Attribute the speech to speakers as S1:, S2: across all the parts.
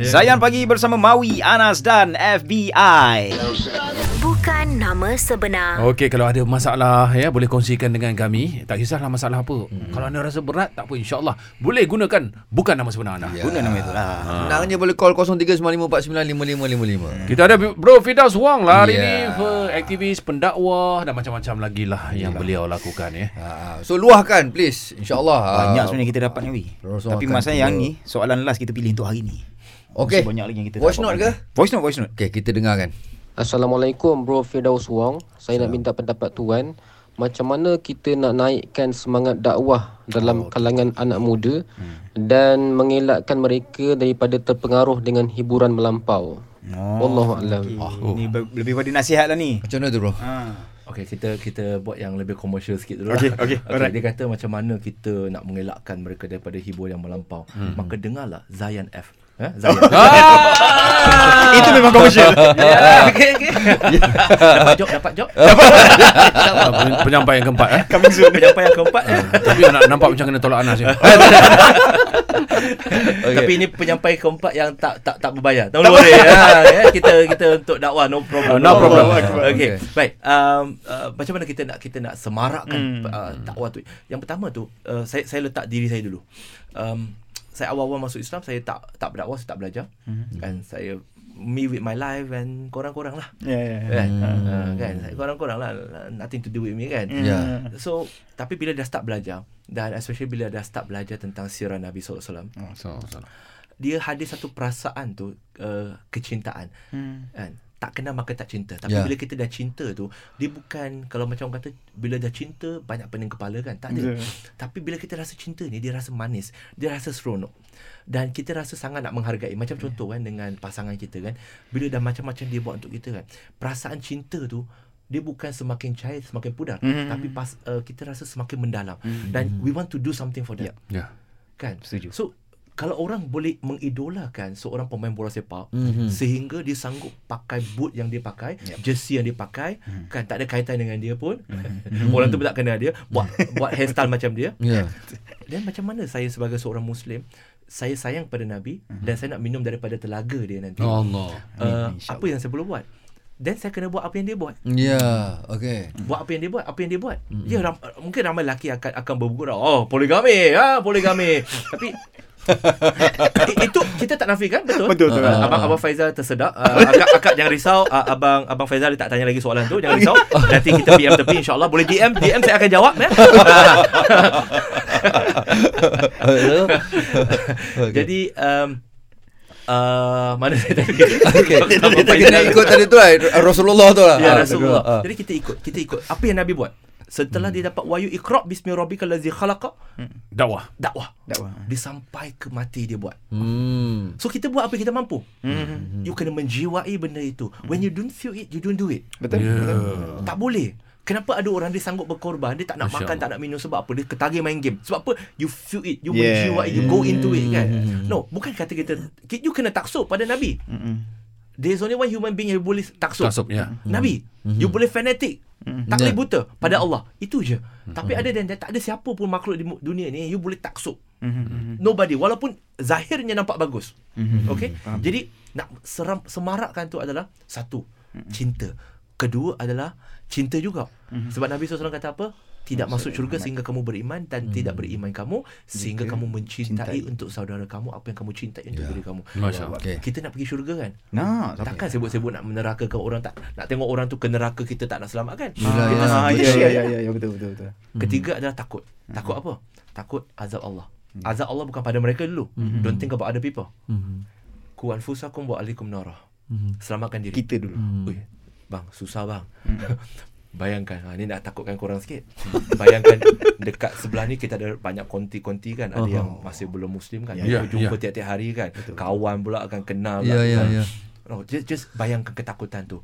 S1: Zayan pagi bersama Maui, Anas dan FBI.
S2: Bukan nama sebenar.
S3: Okey, kalau ada masalah ya boleh kongsikan dengan kami. Tak kisahlah masalah apa. Hmm. Kalau anda rasa berat, tak apa insya-Allah. Boleh gunakan bukan nama sebenar anda.
S4: Ya.
S1: Guna nama lah. itulah.
S5: Senangnya boleh call 0395495555.
S3: Kita ada Bro Fidas Wang lah hari
S5: Ya.
S3: yeah. ni eh, aktivis, pendakwa dan macam-macam lagi lah yang beliau lakukan ya.
S5: Ha, so luahkan please insyaAllah
S1: Banyak sebenarnya kita dapat ni Wi.
S5: Rasul
S1: Tapi
S5: akan
S1: masa yang
S5: cuba.
S1: ni soalan last kita pilih untuk hari ni.
S5: Okay
S1: Masih banyak lagi yang kita
S5: Voice
S1: dapat
S5: note ke?
S1: Voice note, voice note.
S5: Okay Ah, kita dengarkan
S6: Assalamualaikum Bro Firdaus Wong Saya nak minta pendapat Tuan Macam mana kita nak naikkan semangat dakwah Dalam kalangan anak muda Dan mengelakkan mereka daripada terpengaruh dengan hiburan melampau
S1: Ah,
S6: Wallahualam
S1: Okay. Oh. Ni ber- lebih pada nasihat lah ni.
S5: Macam mana tu bro?
S4: Ah. Okay, kita kita buat yang lebih komersial sikit dulu
S1: Okey,
S4: lah.
S1: Eh, okey, alright.
S4: Dia kata macam mana kita nak mengelakkan mereka daripada hiburan yang melampau. Hmm. Maka dengarlah Zayan F. Eh? Zayan.
S1: Itu memang komersial.
S4: dapat job, dapat job.
S3: Ah, Penyampai yang keempat eh.
S1: Kami suruh
S4: Penyampaian yang keempat. Eh?
S3: Tapi nak nampak macam kena tolak Anas ni.
S1: Eh.
S4: Okay. Tapi ini penyampaian keempat yang tak tak tak berbayar. Don't worry. ha, ya. Kita kita untuk dakwah no problem.
S3: No problem.
S4: Okay. Baik. Um, uh, macam mana kita nak kita nak semarakkan uh, dakwah tu? Yang pertama tu uh, saya saya letak diri saya dulu. Um, saya awal-awal masuk Islam saya tak tak berdakwah, saya tak belajar. Mm-hmm. Kan saya me with my life and korang-korang lah.
S1: Ya, ya, ya.
S4: Kan? Uh, kan? Korang-korang lah nothing to do with me kan.
S5: Ya.
S4: So tapi bila dah start belajar dan especially bila dah start belajar tentang sirah Nabi SAW alaihi wasallam dia hadir satu perasaan tu uh, kecintaan hmm. kan tak kenal maka tak cinta tapi
S5: Ya.
S4: yeah. bila kita dah cinta tu dia bukan kalau macam orang kata bila dah cinta banyak pening kepala kan tak
S1: Ya.
S4: ada yeah. tapi bila kita rasa cinta ni dia rasa manis dia rasa seronok dan kita rasa sangat nak menghargai macam contoh kan dengan pasangan kita kan bila dah macam-macam dia buat untuk kita kan perasaan cinta tu dia bukan semakin cair semakin pudar mm. tapi pas uh, kita rasa semakin mendalam mm. dan we want to do something for them
S3: Ya.
S4: yeah. Kan?
S1: Setuju.
S4: So, kalau orang boleh mengidolakan seorang pemain bola sepak mm-hmm. sehingga dia sanggup pakai boot yang dia pakai, yep. jersey yang dia pakai, mm. kan tak ada kaitan dengan dia pun. Mm-hmm. orang tu pun tak kenal dia, buat buat hairstyle macam dia.
S5: Ya
S4: Dan macam mana saya sebagai seorang muslim, saya sayang pada Nabi mm-hmm. dan saya nak minum daripada telaga dia nanti.
S5: Oh,
S3: Allah.
S4: Uh, apa yang saya perlu buat? Dan saya kena buat apa yang dia buat
S5: Ya Okay
S4: buat apa yang dia buat apa yang dia buat mm-hmm. ya ram, mungkin ramai lelaki akan akan bergurau oh poligami ah poligami tapi i- itu kita tak nafikan betul
S1: Betul, betul.
S4: Ah, abang abang Faizal tersedak uh, akak akak jangan risau Ah, abang abang Faizal dia tak tanya lagi soalan tu jangan risau nanti kita PM tepi insyaallah boleh DM DM saya akan jawab ya jadi um, Uh, mana saya tadi
S5: Okay Kita kena
S4: Faizal.
S5: ikut tadi tu lah Rasulullah tu lah Ah,
S4: Ya Rasulullah.
S5: betul. Ah. Hmm.
S4: Jadi kita ikut, kita ikut apa yang Nabi buat. Setelah dia dapat wahyu Iqra bismi rabbikal ladzi khalaqa,
S3: Dakwah.
S4: dakwah.
S1: Dakwah.
S4: Dia sampai ke mati dia buat.
S5: Hmm
S4: So kita buat apa yang kita mampu. You kena menjiwai benda itu. When you don't feel it, you don't do it.
S3: Ya.
S1: Betul? Betul.
S4: Tak boleh. Kenapa ada orang dia sanggup berkorban, dia tak nak makan, tak nak minum sebab apa? Dia ketagih main game. Sebab apa? You feel it, you
S1: Yeah.
S4: menjiwai, you go into it kan. No, bukan kata kita you kena taksub pada Nabi. There's only one human being yang boleh taksub.
S3: Taksub, ya.
S4: Nabi, you boleh fanatik. Tak boleh buta pada Allah. Itu je. Tapi ada dan tak ada siapa pun makhluk di mu- dunia ni you boleh taksub. Nobody walaupun zahirnya nampak bagus. Okay? Jadi nak seram, semarakkan tu adalah satu cinta. Kedua adalah cinta juga. Sebab Nabi SAW kata apa? Tidak masuk syurga sehingga kamu beriman dan tidak beriman kamu sehingga kamu mencintai untuk saudara kamu apa yang kamu cintai untuk diri kamu.
S3: Masya Allah.
S5: Okay.
S4: Kita nak pergi syurga kan?
S1: Nah, sampai.
S4: Takkan sibuk-sibuk nak menerakakan orang tak nak tengok orang tu ke neraka kita tak nak selamat kan.
S5: Yelah,
S4: kita
S1: Ah,
S4: sendiri.
S1: ya, ya, ya, ya, ya, betul, betul, betul.
S4: Ketiga adalah takut. Takut apa? Takut azab Allah. Azab Allah bukan pada mereka dulu. Don't think about other people. Ku anfusakum wa alaikum nara. Selamatkan diri. Hmm.
S1: Kita dulu.
S4: Ui, bang, susah bang. Bayangkan, ha, ni nak takutkan korang sikit. Hmm. Bayangkan dekat sebelah ni kita ada banyak konti-konti kan. Ada yang masih belum muslim kan.
S3: Ya,
S4: Yeah, jumpa
S3: ya.
S4: tiap-tiap hari kan. Kawan pula akan kenal.
S5: Ya,
S4: pula,
S5: ya,
S4: kan.
S5: ya.
S1: Ah. Mhm.
S4: No, just, just bayangkan ketakutan tu.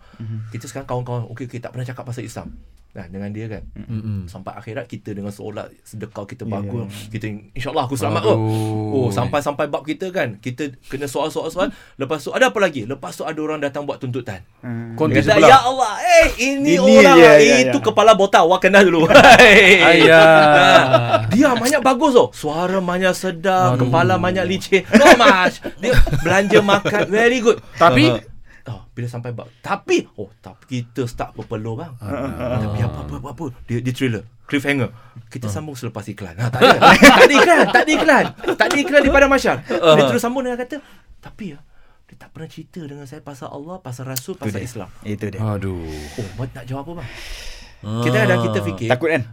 S4: Kita sekarang kawan-kawan, okey, okay, tak pernah cakap pasal Islam. Nah, dengan dia kan. Mm-hmm. Sampai akhirat kita dengan solat, sedekah kita bagus. Yeah. Kita insyaAllah aku selamat oh.
S3: Aduh.
S4: Oh, sampai-sampai bab kita kan. Kita kena soal-soal-soal. Lepas tu ada apa lagi? Lepas tu ada orang datang buat tuntutan.
S3: Konti
S4: Dia kata, ya
S3: sebelah.
S4: Allah, eh
S1: Ini,
S4: ini, orang
S1: ya,
S4: eh,
S1: ya,
S4: itu
S1: ya.
S4: kepala botak awak kenal dulu. Ya,
S3: Ayah.
S4: Dia banyak bagus oh. Suara banyak sedap, kepala banyak licin. No mas. Dia belanja makan very good.
S3: Tapi-
S4: Oh, bila sampai bab. Tapi oh, tapi kita start berpeluh bang. Tapi apa apa apa, apa. dia dia thriller. Cliffhanger. Kita
S1: Ah.
S4: sambung selepas iklan. Ha, tak ada. tak ada iklan, tak ada iklan. Tak ada iklan daripada masyarakat.
S1: Ah.
S4: Dia terus sambung dengan kata, tapi ya, dia tak pernah cerita dengan saya pasal Allah, pasal Rasul, pasal Islam.
S1: Itu dia.
S3: Aduh.
S4: Oh, buat nak jawab apa bang?
S1: Ah.
S4: Kita ada kita fikir.
S1: Takut kan?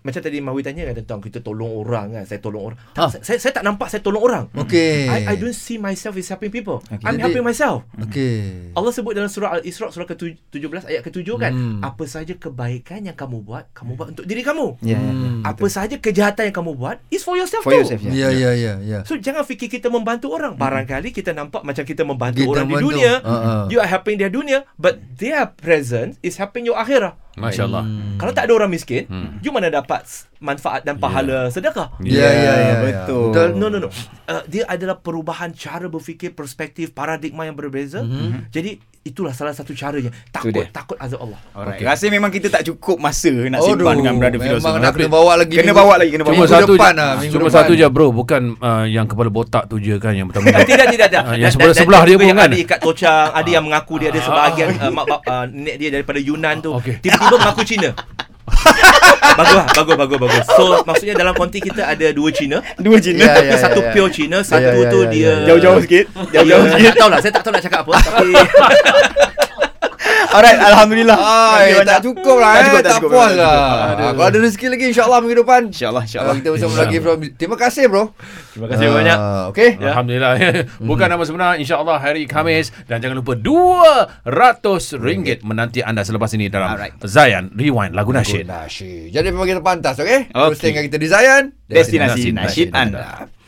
S4: Macam tadi Mawi tanya kan tentang kita tolong orang kan, saya tolong orang. Tak, saya, saya, saya tak nampak saya tolong orang.
S5: Okey.
S4: I, I don't see myself is helping people. Okay. I'm
S5: Jadi-
S4: helping myself.
S5: Okey.
S4: Allah sebut dalam surah Al-Isra surah ke-17 ayat ke-7 kan, apa saja kebaikan yang kamu buat, kamu buat untuk diri kamu. Hmm.
S1: Ya. Yeah.
S4: Apa saja kejahatan yang kamu buat is for yourself
S1: For
S4: too.
S1: yourself. Yeah.
S5: Ya ya ya ya.
S4: So jangan fikir kita membantu orang. Barangkali kita nampak macam kita membantu
S5: Kita
S4: orang di
S5: membantu.
S4: dunia.
S5: Ha-ha.
S4: You are helping their dunia, but their presence is helping your akhirah.
S3: Masya Allah.
S4: Kalau tak ada orang miskin, hmm. you mana dapat s- manfaat dan pahala yeah. sedekah?
S3: Hmm.
S5: Ya ya ya.
S1: betul.
S4: No no no. Uh, dia adalah perubahan cara berfikir, perspektif, paradigma yang berbeza. Hmm. Jadi itulah salah satu caranya. Takut
S1: dia.
S4: takut azab Allah.
S1: Alright. Okay.
S3: Okay.
S1: Rasa memang kita tak cukup masa nak
S5: Aduh,
S1: simpan dengan brother Firoz.
S5: memang
S1: ni.
S5: nak kena bawa lagi
S1: Kena
S5: minggu-
S1: bawa lagi, kena bawa.
S3: Cuma
S5: Minggu
S3: satu
S5: depan
S3: je,
S5: lah, minggu
S3: cuma
S5: depan.
S3: satu je bro, bukan uh, yang kepala botak tu je kan yang bertanggungjawab.
S4: Eh, tidak tidak tidak.
S3: Ah, yang
S4: Dan-
S3: sebelah
S4: dan-
S3: sebelah
S4: dan
S3: dia
S4: juga
S3: pun
S4: yang
S3: kan. Ah.
S4: Ada ikat tocang, ada yang mengaku dia ada sebahagian uh, mak bap uh, nenek dia daripada Yunan tu.
S3: Okey.
S4: Tiba-tiba mengaku Cina. bagus lah, bagus bagus bagus. So maksudnya dalam konti kita ada dua Cina.
S1: Dua Cina.
S5: Ya, ya,
S4: satu
S5: ya.
S4: pure Cina, satu
S5: ya, ya,
S4: tu
S5: ya,
S4: dia
S5: ya.
S1: Jauh-jauh sikit. Jauh-jauh
S4: Dia-
S1: sikit.
S4: Tak tahulah, saya tak tahu nak cakap apa tapi
S1: Alright, alhamdulillah.
S5: Ay,
S1: Terima kasih
S5: tak
S1: banyak.
S5: cukup lah
S1: Tak
S5: eh.
S1: cukup,
S5: Tak,
S1: cukup,
S5: puas
S1: tak
S5: lah.
S1: cukup.
S5: Ah, Kalau ada rezeki lagi insyaAllah minggu depan.
S1: InsyaAllah,
S5: Ah,
S1: insyaAllah.
S5: kita bersama lagi from Terima kasih bro. Ah,
S4: Terima kasih banyak.
S5: Okay.
S3: Ya. Alhamdulillah. Bukan nama sebenar insya-Allah hari Khamis dan jangan lupa RM200 menanti anda selepas ini dalam
S1: Alright.
S3: Zayan Rewind lagu nasyid.
S5: Nasyid. Jadi memang kita pantas, okay?
S1: Okey.
S5: Terus tengah kita di Zayan.
S1: Destinasi nasyid anda.